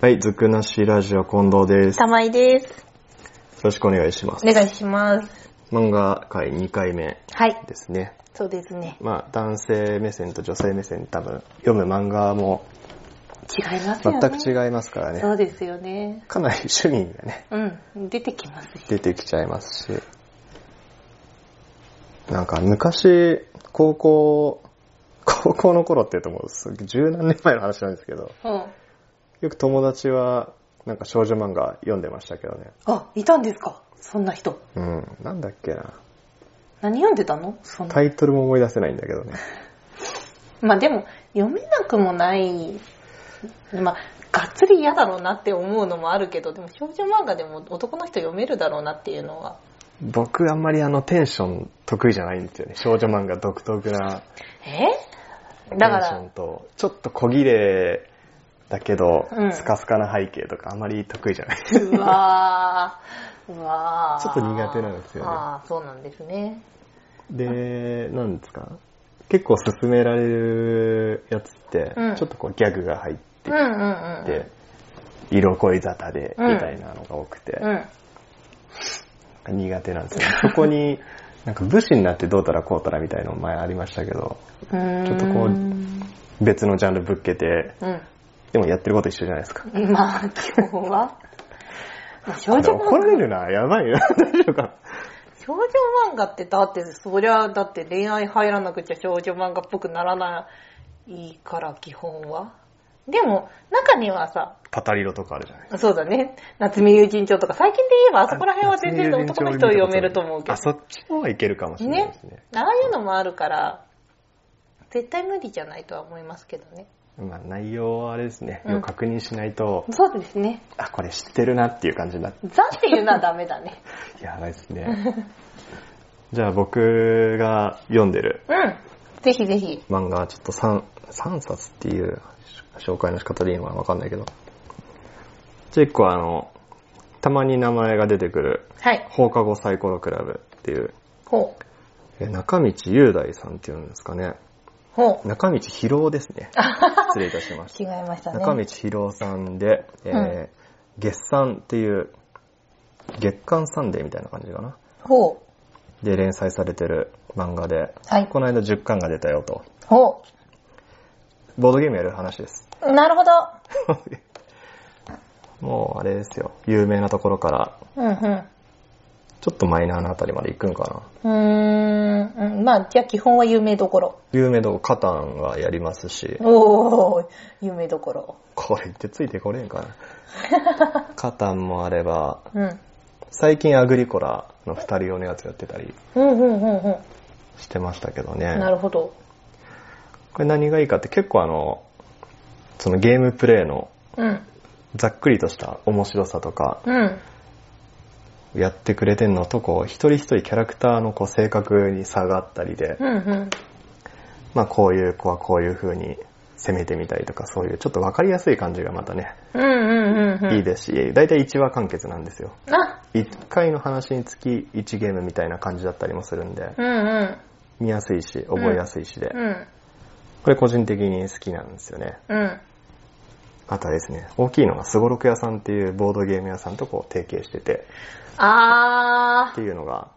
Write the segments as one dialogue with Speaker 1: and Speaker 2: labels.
Speaker 1: はい、ずくなしラジオ近藤です。よ
Speaker 2: 玉井です。
Speaker 1: ろしくお願いします。
Speaker 2: お願いします。
Speaker 1: 漫画界2回目
Speaker 2: はい。
Speaker 1: ですね。
Speaker 2: そうですね。
Speaker 1: まあ、男性目線と女性目線多分、読む漫画も
Speaker 2: 違いますよ
Speaker 1: 全
Speaker 2: ね。
Speaker 1: く違
Speaker 2: う。
Speaker 1: いますからね。
Speaker 2: そうですよね。
Speaker 1: かなり趣味がね、
Speaker 2: うん。出てきますし。
Speaker 1: 出てきちゃいますし。なんか昔、高校、 高校の頃って言うともうすぐ十何年前の話なんですけど、
Speaker 2: うん。
Speaker 1: よく友達はなんか少女漫画読んでましたけどね。
Speaker 2: あ、いたんですかそんな人。
Speaker 1: うん、なんだっけな。
Speaker 2: 何読んでたのそんな。
Speaker 1: タイトルも思い出せないんだけどね。
Speaker 2: まあでも、読めなくもない。まあ、がっつり嫌だろうなって思うのもあるけど、でも少女漫画でも男の人読めるだろうなっていうのは。
Speaker 1: 僕あんまりあのテンション得意じゃないんですよね。少女漫画独特なテ
Speaker 2: え
Speaker 1: ンシ
Speaker 2: だか
Speaker 1: ョン
Speaker 2: ら、
Speaker 1: と、ちょっと小切れだけど、
Speaker 2: うん
Speaker 1: スカスカな背景とかあんまり得意じゃない。
Speaker 2: うわー。うわー。
Speaker 1: ちょっと苦手なんですよね
Speaker 2: ああ、そうなんですね。
Speaker 1: で、なんですか結構勧められるやつって、
Speaker 2: うん
Speaker 1: ちょっとこうギャグが入っ
Speaker 2: うんうんうんうん。
Speaker 1: て、色恋沙汰で、みたいなのが多くて、
Speaker 2: うん。
Speaker 1: 苦手なんですよ。そこに、なんか武士になってどうたらこうたらみたいなの前ありましたけど、
Speaker 2: ちょ
Speaker 1: っとこう
Speaker 2: う
Speaker 1: 別のジャンルぶっけて、でもやってること一緒じゃないですか。
Speaker 2: ん。まあ、今日は、少
Speaker 1: あ
Speaker 2: 女
Speaker 1: でも怒ら
Speaker 2: 漫画、
Speaker 1: れるな、やばいな、 大丈夫かな。
Speaker 2: 少女漫画ってだって、そりゃ、だって恋愛入らなくちゃ少女漫画っぽくならないから、基本は。でも、中にはさ、
Speaker 1: パタリロとかあるじゃない
Speaker 2: そうだね、夏目友人帳とか、最近で言えばあそこら辺は全然男の人を読めると思うけ
Speaker 1: あ、そっちの方はいけるかもし
Speaker 2: ど。
Speaker 1: れないですね
Speaker 2: ね。。ああいうのもあるから、絶対無理じゃないとは思いますけどね。
Speaker 1: まあ内容はあれですね、
Speaker 2: うん
Speaker 1: よく確認しないと、
Speaker 2: そうですね。
Speaker 1: あ、これ知ってるなっていう感じになって、
Speaker 2: ザっていうのはダメだね。
Speaker 1: やばいです ね。じゃあ僕が読んでる
Speaker 2: うん。ぜひぜひ。
Speaker 1: 漫画はちょっと 3, 3冊っていう紹介の仕方でいいのかなわかんないけど。結構あの、たまに名前が出てくる
Speaker 2: はい。
Speaker 1: 放課後サイコロクラブっていう、
Speaker 2: ほう。
Speaker 1: え中道雄大さんっていうんですかね。
Speaker 2: ほう。
Speaker 1: 中道博夫ですね。失礼いたしまし
Speaker 2: 違いました
Speaker 1: た。
Speaker 2: ね。
Speaker 1: 中道博夫さんで、えー
Speaker 2: うん
Speaker 1: 月産っていう、月刊サンデーみたいな感じかな。
Speaker 2: ほう。
Speaker 1: で、連載されてる漫画で、
Speaker 2: はい
Speaker 1: この間10巻が出たよと。
Speaker 2: ほ
Speaker 1: ボードゲームやる話です。
Speaker 2: う。なるほど。
Speaker 1: もうあれですよ。有名なところから、
Speaker 2: うんうん。
Speaker 1: ちょっとマイナーなあたりまで行くんかな。
Speaker 2: うーんうん。まあ、じゃあ基本は有名どころ。
Speaker 1: 有名どこ、カタンはやりますし、
Speaker 2: おー、有名どころ。
Speaker 1: これってついてこれん かな。カタンもあれば、
Speaker 2: うん。
Speaker 1: 最近アグリコラの二人用のやつやってたり
Speaker 2: うんうんうんうん。
Speaker 1: してましたけど
Speaker 2: な
Speaker 1: ね。
Speaker 2: るほど。
Speaker 1: これ何がいいかって結構あの、そのゲームプレイの
Speaker 2: うん。
Speaker 1: ざっくりとした面白さとか、
Speaker 2: うん。
Speaker 1: やってくれてんのとこう、一人一人キャラクターのこう性格に差があったりで、
Speaker 2: うんうん。
Speaker 1: まあこういう子はこういう風に攻めてみたりとか、そういうちょっとわかりやすい感じがまたね、
Speaker 2: うんうんうんうん。
Speaker 1: いいですし、大体1話完結なんですよ。
Speaker 2: あ、
Speaker 1: 1回の話につき1ゲームみたいな感じだったりもするんで、
Speaker 2: うんうん。
Speaker 1: 見やすいし、覚えやすいしで、
Speaker 2: うん。
Speaker 1: これ個人的に好きなんですよね。
Speaker 2: うん。
Speaker 1: あとはですね、大きいのがスゴロク屋さんっていうボードゲーム屋さんとこう提携してて、っ
Speaker 2: あ
Speaker 1: ていうのが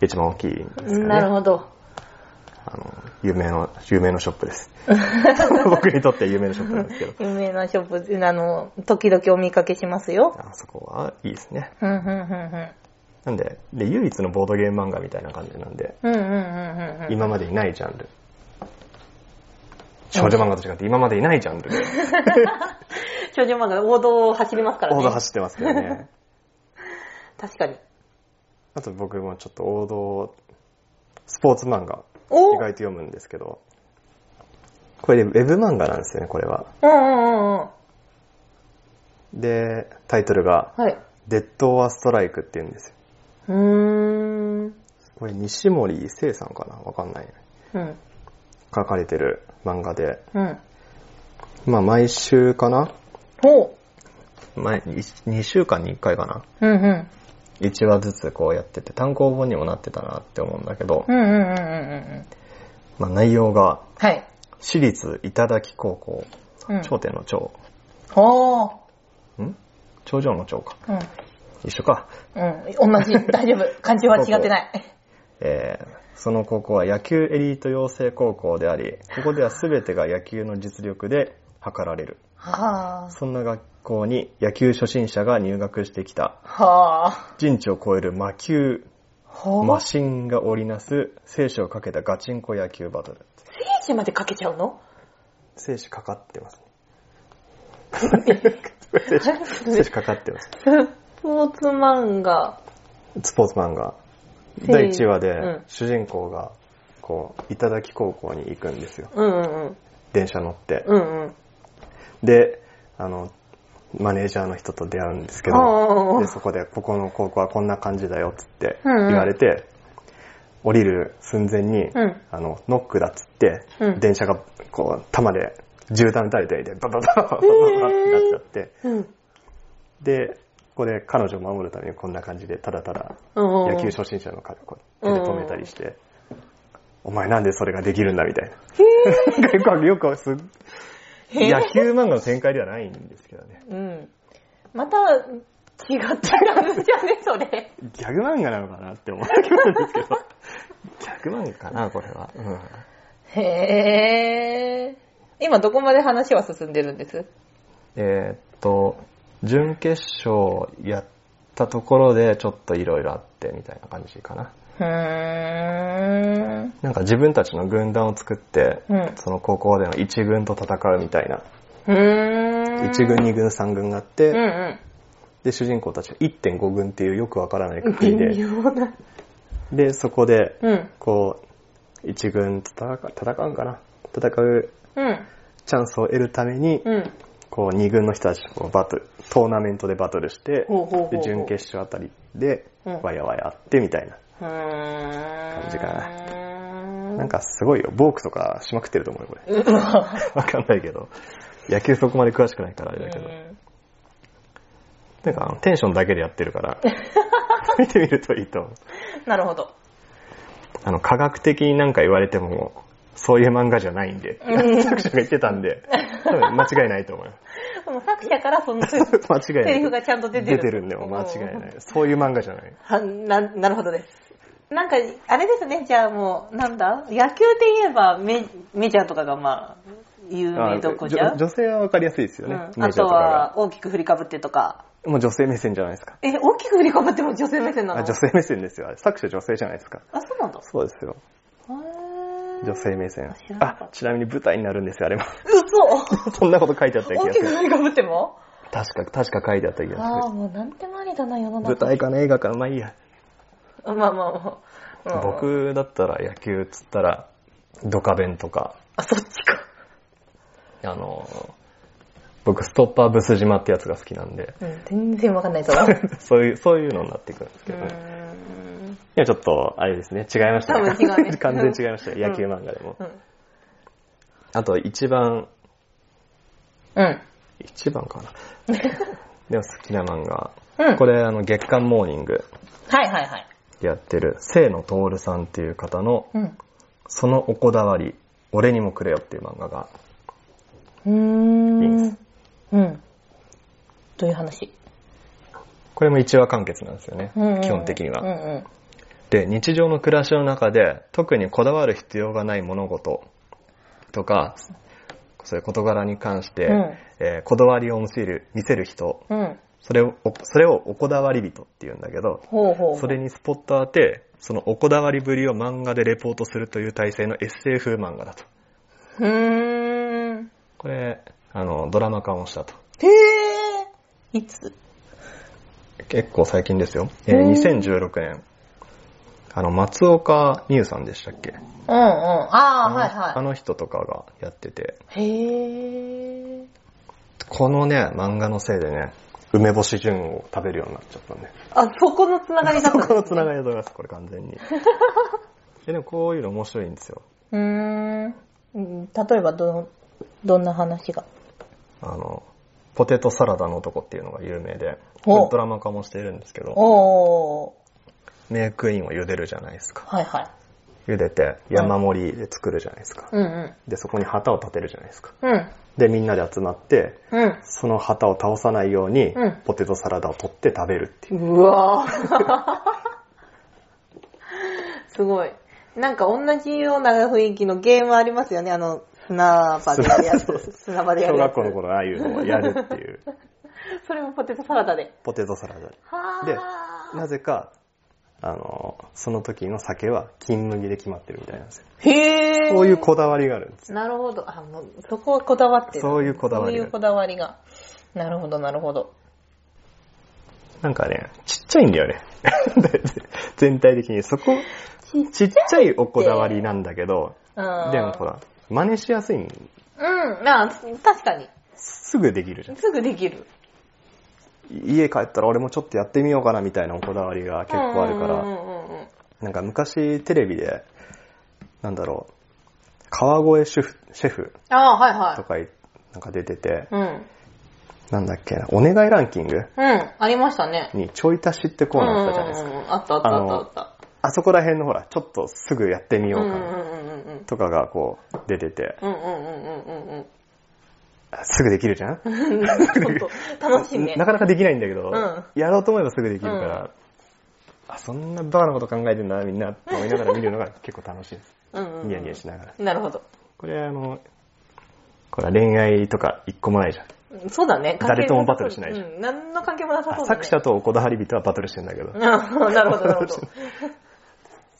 Speaker 1: 一番大きいんですかね。
Speaker 2: ー。なるほど。
Speaker 1: あの、有名の、有名のショップです。 僕にとっては有名のショップなんですけど。
Speaker 2: 有名なショップ、あの、時々お見かけしますよ。
Speaker 1: あそこはいいですね。
Speaker 2: うんうんうん
Speaker 1: なんで、で、唯一のボードゲーム漫画みたいな感じなんで、
Speaker 2: うん。うんうんうんうんうん。
Speaker 1: 今までにないジャンル。少女漫画と違って今までにないジャ ンルで、
Speaker 2: 少女漫画、王道を走りますからね。
Speaker 1: 王道走ってますけどね。
Speaker 2: 確かに。
Speaker 1: あと僕もちょっと王道、スポーツ漫画、
Speaker 2: お
Speaker 1: 意外と読むんですけど、これでウェブ漫画なんですよね、これは。
Speaker 2: うんうんうんうん。
Speaker 1: で、タイトルが、
Speaker 2: はい。
Speaker 1: デッド・オア・ストライクって言うんですよ。
Speaker 2: うーん。
Speaker 1: これ西森聖さんかなわかんない。
Speaker 2: うん。
Speaker 1: 書かれてる漫画で、
Speaker 2: うん。
Speaker 1: まあ毎週かな
Speaker 2: ほう。
Speaker 1: 毎2週間に1回かな
Speaker 2: うんうん。
Speaker 1: 1話ずつこうやってて単行本にもなってたなって思うんだけど、
Speaker 2: うんうんうんうんうん。
Speaker 1: まあ内容が
Speaker 2: はい。
Speaker 1: 私立頂き高校、
Speaker 2: うん
Speaker 1: 頂点の頂
Speaker 2: おー。
Speaker 1: ん頂上の頂か。
Speaker 2: うん。
Speaker 1: 一緒か。
Speaker 2: うん。同じ。大丈 夫。漢字は違ってない。
Speaker 1: えーその高校は野球エリート養成高校であり、ここでは全てが野球の実力で測られる。
Speaker 2: はぁ。
Speaker 1: そんな学校に野球初心者が入学してきた、
Speaker 2: はぁ。
Speaker 1: 人知を超える魔球、
Speaker 2: ほ
Speaker 1: マ
Speaker 2: ぁ。
Speaker 1: シンが織りなす、生死をかけたガチンコ野球バトル。
Speaker 2: 聖地までかけちゃうの
Speaker 1: 生死かかってますね。生
Speaker 2: ス
Speaker 1: 死かかってます。
Speaker 2: ポーツ漫画。
Speaker 1: スポーツ漫画。
Speaker 2: 生死
Speaker 1: 第1話
Speaker 2: う
Speaker 1: で
Speaker 2: ん、
Speaker 1: 主人公が、こう、頂高校に行くんですよ。
Speaker 2: うんうんうん。
Speaker 1: 電車乗って。
Speaker 2: うんうん。
Speaker 1: で、あの、マネージャーの人と出会うんですけど、
Speaker 2: お
Speaker 1: で、
Speaker 2: ー。
Speaker 1: そこで、ここの高校はこんな感じだよ、つって
Speaker 2: う
Speaker 1: 言
Speaker 2: んうん
Speaker 1: われて、降りる寸前に、
Speaker 2: うん
Speaker 1: あの、ノックだっつって、
Speaker 2: うん
Speaker 1: 電車が、こう、弾で、銃弾打たれて、ババババババってなっちゃって、
Speaker 2: うん。
Speaker 1: で、ここで彼女を守るためにこんな感じで、ただただ、
Speaker 2: 野
Speaker 1: 野球初心者の彼をこう手で止めたりして、お前なんでそれができるんだみたいな。結構よくす、
Speaker 2: へー
Speaker 1: 野球漫画の展開ではないんですけどね。
Speaker 2: うん。また、違った感じじゃね、それ。
Speaker 1: ギャグ漫画なのかなって思ってきたんですけど。ギャグ漫画かな、これは。うん。
Speaker 2: へぇー。今どこまで話は進んでるんです
Speaker 1: えーっと、準決勝やったところでちょっといろいろあってみたいな感じかな。
Speaker 2: うーん。
Speaker 1: なんか自分たちの軍団を作って、
Speaker 2: うん
Speaker 1: その高校での一軍と戦うみたいな。
Speaker 2: うーん。
Speaker 1: 一軍、二軍、三軍があって、
Speaker 2: うんうん。
Speaker 1: で、主人公たちは1.5軍っていうよくわからない国
Speaker 2: 微
Speaker 1: で、
Speaker 2: 妙な。
Speaker 1: で、そこで、
Speaker 2: うん。
Speaker 1: こう、1軍と戦う戦うんかな戦う
Speaker 2: うん。
Speaker 1: チャンスを得るために、
Speaker 2: うん。
Speaker 1: こう、2軍の人たちとこうバトル、トーナメントでバトルして
Speaker 2: ほうほうほうほ、う
Speaker 1: で、準決勝あたりで、
Speaker 2: うん
Speaker 1: わやわやあってみたいな。
Speaker 2: うーん。
Speaker 1: 感じか
Speaker 2: な
Speaker 1: なん、かすごいよ。ボークとかしまくってると思うよ、これ。
Speaker 2: うん。
Speaker 1: わかんないけど。野球そこまで詳しくないからあれだけど。なんかあのテンションだけでやってるから、 見てみるといいと思う。
Speaker 2: なるほど。
Speaker 1: あの、科学的になんか言われても、そういう漫画じゃないんで、 作者が言ってたんで、多分間違いないと 思いま
Speaker 2: でも作者からそのセ
Speaker 1: す。間違いない。
Speaker 2: リフがちゃんと出てる。
Speaker 1: 出てるんで、もう間違いない。そういう漫画じゃない。
Speaker 2: はな、なるほどです。なんか、あれですね、じゃあもう、なんだ野球で言えばメ、メジャーとかがまあ、有名どこじゃ
Speaker 1: あ女女性はわかりやすいですよ
Speaker 2: う
Speaker 1: ね。
Speaker 2: ん、
Speaker 1: メ
Speaker 2: あ
Speaker 1: ジャー
Speaker 2: と
Speaker 1: とかが。
Speaker 2: は、大きく振りかぶってとか。
Speaker 1: もう女性目線じゃないですか。
Speaker 2: え、大きく振りかぶっても女性目線なの
Speaker 1: あ女性目線ですよ。あれ作者女性じゃないですか。
Speaker 2: あ、そうなんだ。
Speaker 1: そうですよ。
Speaker 2: へー
Speaker 1: 女性目線
Speaker 2: 知ら。なかった
Speaker 1: あ、ちなみに舞台になるんですよ、あれも。
Speaker 2: 嘘
Speaker 1: そんなこと書いてあった気
Speaker 2: 大
Speaker 1: が
Speaker 2: き
Speaker 1: す
Speaker 2: く
Speaker 1: る。
Speaker 2: 振りかぶっても
Speaker 1: 確か、確か書いてあった気が
Speaker 2: ああ、
Speaker 1: する。
Speaker 2: もうなんでもありだな、世の
Speaker 1: 舞
Speaker 2: 中。
Speaker 1: 台かな映画かな、まあいいや。
Speaker 2: まあまあまあ。うん、
Speaker 1: 僕だったら野球っつったら、ドカベンとか、
Speaker 2: あ、そっちか。
Speaker 1: あの、僕ストッパーブス島ってやつが好きなん で、
Speaker 2: うん、全然わか んないぞ。う
Speaker 1: そういう、そういうのになってくるんですけどね。
Speaker 2: ーん。
Speaker 1: いや、ちょっと、あれですね、違いましたね。
Speaker 2: 多分違う ね
Speaker 1: 完全に違いましたよ、野球漫画でも。
Speaker 2: うん。
Speaker 1: あと、一番、
Speaker 2: うん。
Speaker 1: 一番かな。 でも好きな漫画。
Speaker 2: うん
Speaker 1: これ、あの、月刊モーニング
Speaker 2: はいはいはい。
Speaker 1: でやってる、清野徹さんっていう方の、
Speaker 2: うん。
Speaker 1: そのおこだわり、俺にもくれよっていう漫画が、
Speaker 2: うー
Speaker 1: いいで
Speaker 2: ん。うん。どういう話
Speaker 1: これも一話完結なんですよね、
Speaker 2: うんうん
Speaker 1: 基本的には。
Speaker 2: うん
Speaker 1: で、日常の暮らしの中で、特にこだわる必要がない物事とか、そういう事柄に関して、
Speaker 2: うん
Speaker 1: えーこだわりを見せる、見せる人、
Speaker 2: うん。うん。
Speaker 1: それを、おそれをおこだわり人って言うんだけど、
Speaker 2: ほうほう。
Speaker 1: それにスポット当て、そのおこだわりぶりを漫画でレポートするという体制のエッセイ風漫画だと。
Speaker 2: うーん。
Speaker 1: これ、あの、ドラマ化もしたと。
Speaker 2: へえ。いつ
Speaker 1: 結構最近ですよ。え
Speaker 2: へ
Speaker 1: ー、
Speaker 2: ー
Speaker 1: 2016年。あの、松岡美優さんでしたっけ
Speaker 2: うんうん。ああ、はい
Speaker 1: あ
Speaker 2: は
Speaker 1: の人とかがやってて、
Speaker 2: い。へえ。
Speaker 1: このね、漫画のせいでね、梅干し順を食べるようになっちゃったんで。
Speaker 2: あ、 そこのつながりだった
Speaker 1: そ
Speaker 2: んですね
Speaker 1: このつながりだと思います、これ完 全に。えでもこういうの面白いんですよ。
Speaker 2: うーんうん。例えば、ど、どんな話が。
Speaker 1: あの、ポテトサラダの男っていうのが有名で、
Speaker 2: お
Speaker 1: これドラマ化もしているんですけど、
Speaker 2: おー。
Speaker 1: メイクインを茹でるじゃないですか。
Speaker 2: はいはい。
Speaker 1: 茹でて山盛りで作るじゃないですか。
Speaker 2: うんうん。
Speaker 1: で、そこに旗を立てるじゃないですか。
Speaker 2: うん。
Speaker 1: で、みんなで集まって、
Speaker 2: うん。
Speaker 1: その旗を倒さないように
Speaker 2: うん、
Speaker 1: ポテトサラダを取って食べるっていう。
Speaker 2: うわぁ。 すごい。なんか同じような雰囲気のゲームありますよね。あの、砂場でやるや
Speaker 1: そう
Speaker 2: つ。砂場でや
Speaker 1: 小
Speaker 2: るや
Speaker 1: 学
Speaker 2: つ。
Speaker 1: 校の頃ああいうのをやるっていう、
Speaker 2: それもポテトサラダで。
Speaker 1: ポテトサラダで。
Speaker 2: は
Speaker 1: で
Speaker 2: ぁ
Speaker 1: なぜか、あの、その時の酒は金麦で決まってるみたいなんですよ。
Speaker 2: ー。へぇー。
Speaker 1: そういうこだわりがあるんです。
Speaker 2: なるほど。あ、もう、そこはこだわってる。
Speaker 1: そういうこだわりが
Speaker 2: そういうこだわりが。なるほど、なるほど。
Speaker 1: なんかね、ちっちゃいんだよね。 全体的に。そこ、ちっちゃいおこだわりなんだけど、
Speaker 2: うん。
Speaker 1: でもほ。ら、真似しやすいん、
Speaker 2: うん、まあ、確かに。
Speaker 1: すぐできるじゃん。
Speaker 2: すぐできる。
Speaker 1: 家帰ったら俺もちょっとやってみようかなみたいなおこだわりが結構あるか
Speaker 2: うんう
Speaker 1: ら、
Speaker 2: んうんうんうん。
Speaker 1: なんか昔テレビで、なんだろう、川越シェフシェフ
Speaker 2: ああ、はいはい。
Speaker 1: とかいなんか出てて、
Speaker 2: うん。
Speaker 1: なんだっけな、お願いランキング
Speaker 2: うん、ありましたね。
Speaker 1: にちょい足しってコーナーあったじゃないですか。
Speaker 2: うんうんうんあったあったあったあった。
Speaker 1: あそこら辺のほら、ちょっとすぐやってみようか
Speaker 2: うんう
Speaker 1: なん
Speaker 2: うんうんうん。
Speaker 1: とかがこう出てて、
Speaker 2: うんうんうんうん
Speaker 1: あすぐできるじゃん
Speaker 2: うんうん。ちょっと楽しいね。
Speaker 1: なかなかできないんだけど、
Speaker 2: ん
Speaker 1: やろうと思えばすぐできるから、あ、そんなバカなこと考えてんだみんなって思いながら見るの が結構楽しいです。
Speaker 2: うんうん。
Speaker 1: ニヤニヤしながら。
Speaker 2: なるほど。
Speaker 1: これあの、これは恋愛とか一個もないじゃん。
Speaker 2: そうだね。
Speaker 1: 誰ともバトルしないじゃん
Speaker 2: うん、何の関係もなさそ
Speaker 1: あ
Speaker 2: うだ
Speaker 1: 作
Speaker 2: ね。
Speaker 1: 者とおこだわり人はバトルしてんだけど、
Speaker 2: うんなるほど、なるほ ど。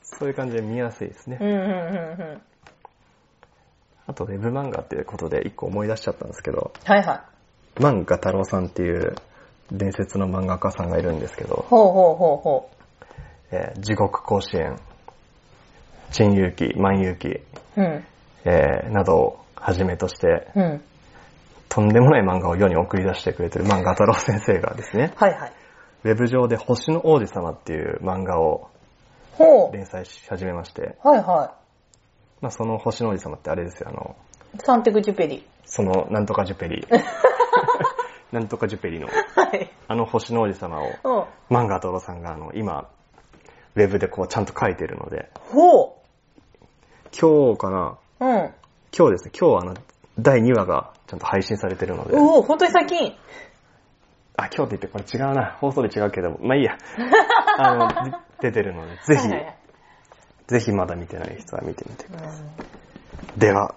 Speaker 1: そういう感じで見やすいですね。
Speaker 2: うんうんうんうん。
Speaker 1: あと、ウェブ漫画っていうことで一個思い出しちゃったんですけど、
Speaker 2: はいはい。
Speaker 1: 漫画太郎さんっていう伝説の漫画家さんがいるんですけど、
Speaker 2: ほうほうほうほ
Speaker 1: えー地獄甲子園、珍遊記、万遊記、
Speaker 2: う。うん。
Speaker 1: えーなどをはじめとして、
Speaker 2: うん。
Speaker 1: とんでもない漫画を世に送り出してくれてる漫画太郎先生がですね、
Speaker 2: はいはい。
Speaker 1: ウェブ上で星の王子様っていう漫画を
Speaker 2: ほ
Speaker 1: 連載し始めまして、
Speaker 2: う。はいは
Speaker 1: まあ、その星の王子様ってあれですよ、あの、
Speaker 2: い。サンテクジュペリ。
Speaker 1: その、なんとかジュペリ。なんとかジュペリの、
Speaker 2: はい。
Speaker 1: あの星の王子様を、
Speaker 2: うん。
Speaker 1: 漫画太郎さんが、あの、今、ウェブでこう、ちゃんと書いてるので、
Speaker 2: ほ
Speaker 1: 今日かな、
Speaker 2: う。うん。
Speaker 1: 今日ですね、今日あの、第2話がちゃんと配信されてるので、
Speaker 2: おお、本当に最近。
Speaker 1: あ、今日って言ってこれ違うな、放送で違うけど、まあいい や。あの、出てるので、ぜ
Speaker 2: はいはいはい
Speaker 1: ひ、ぜひまだ見てない人は見てみてください。では、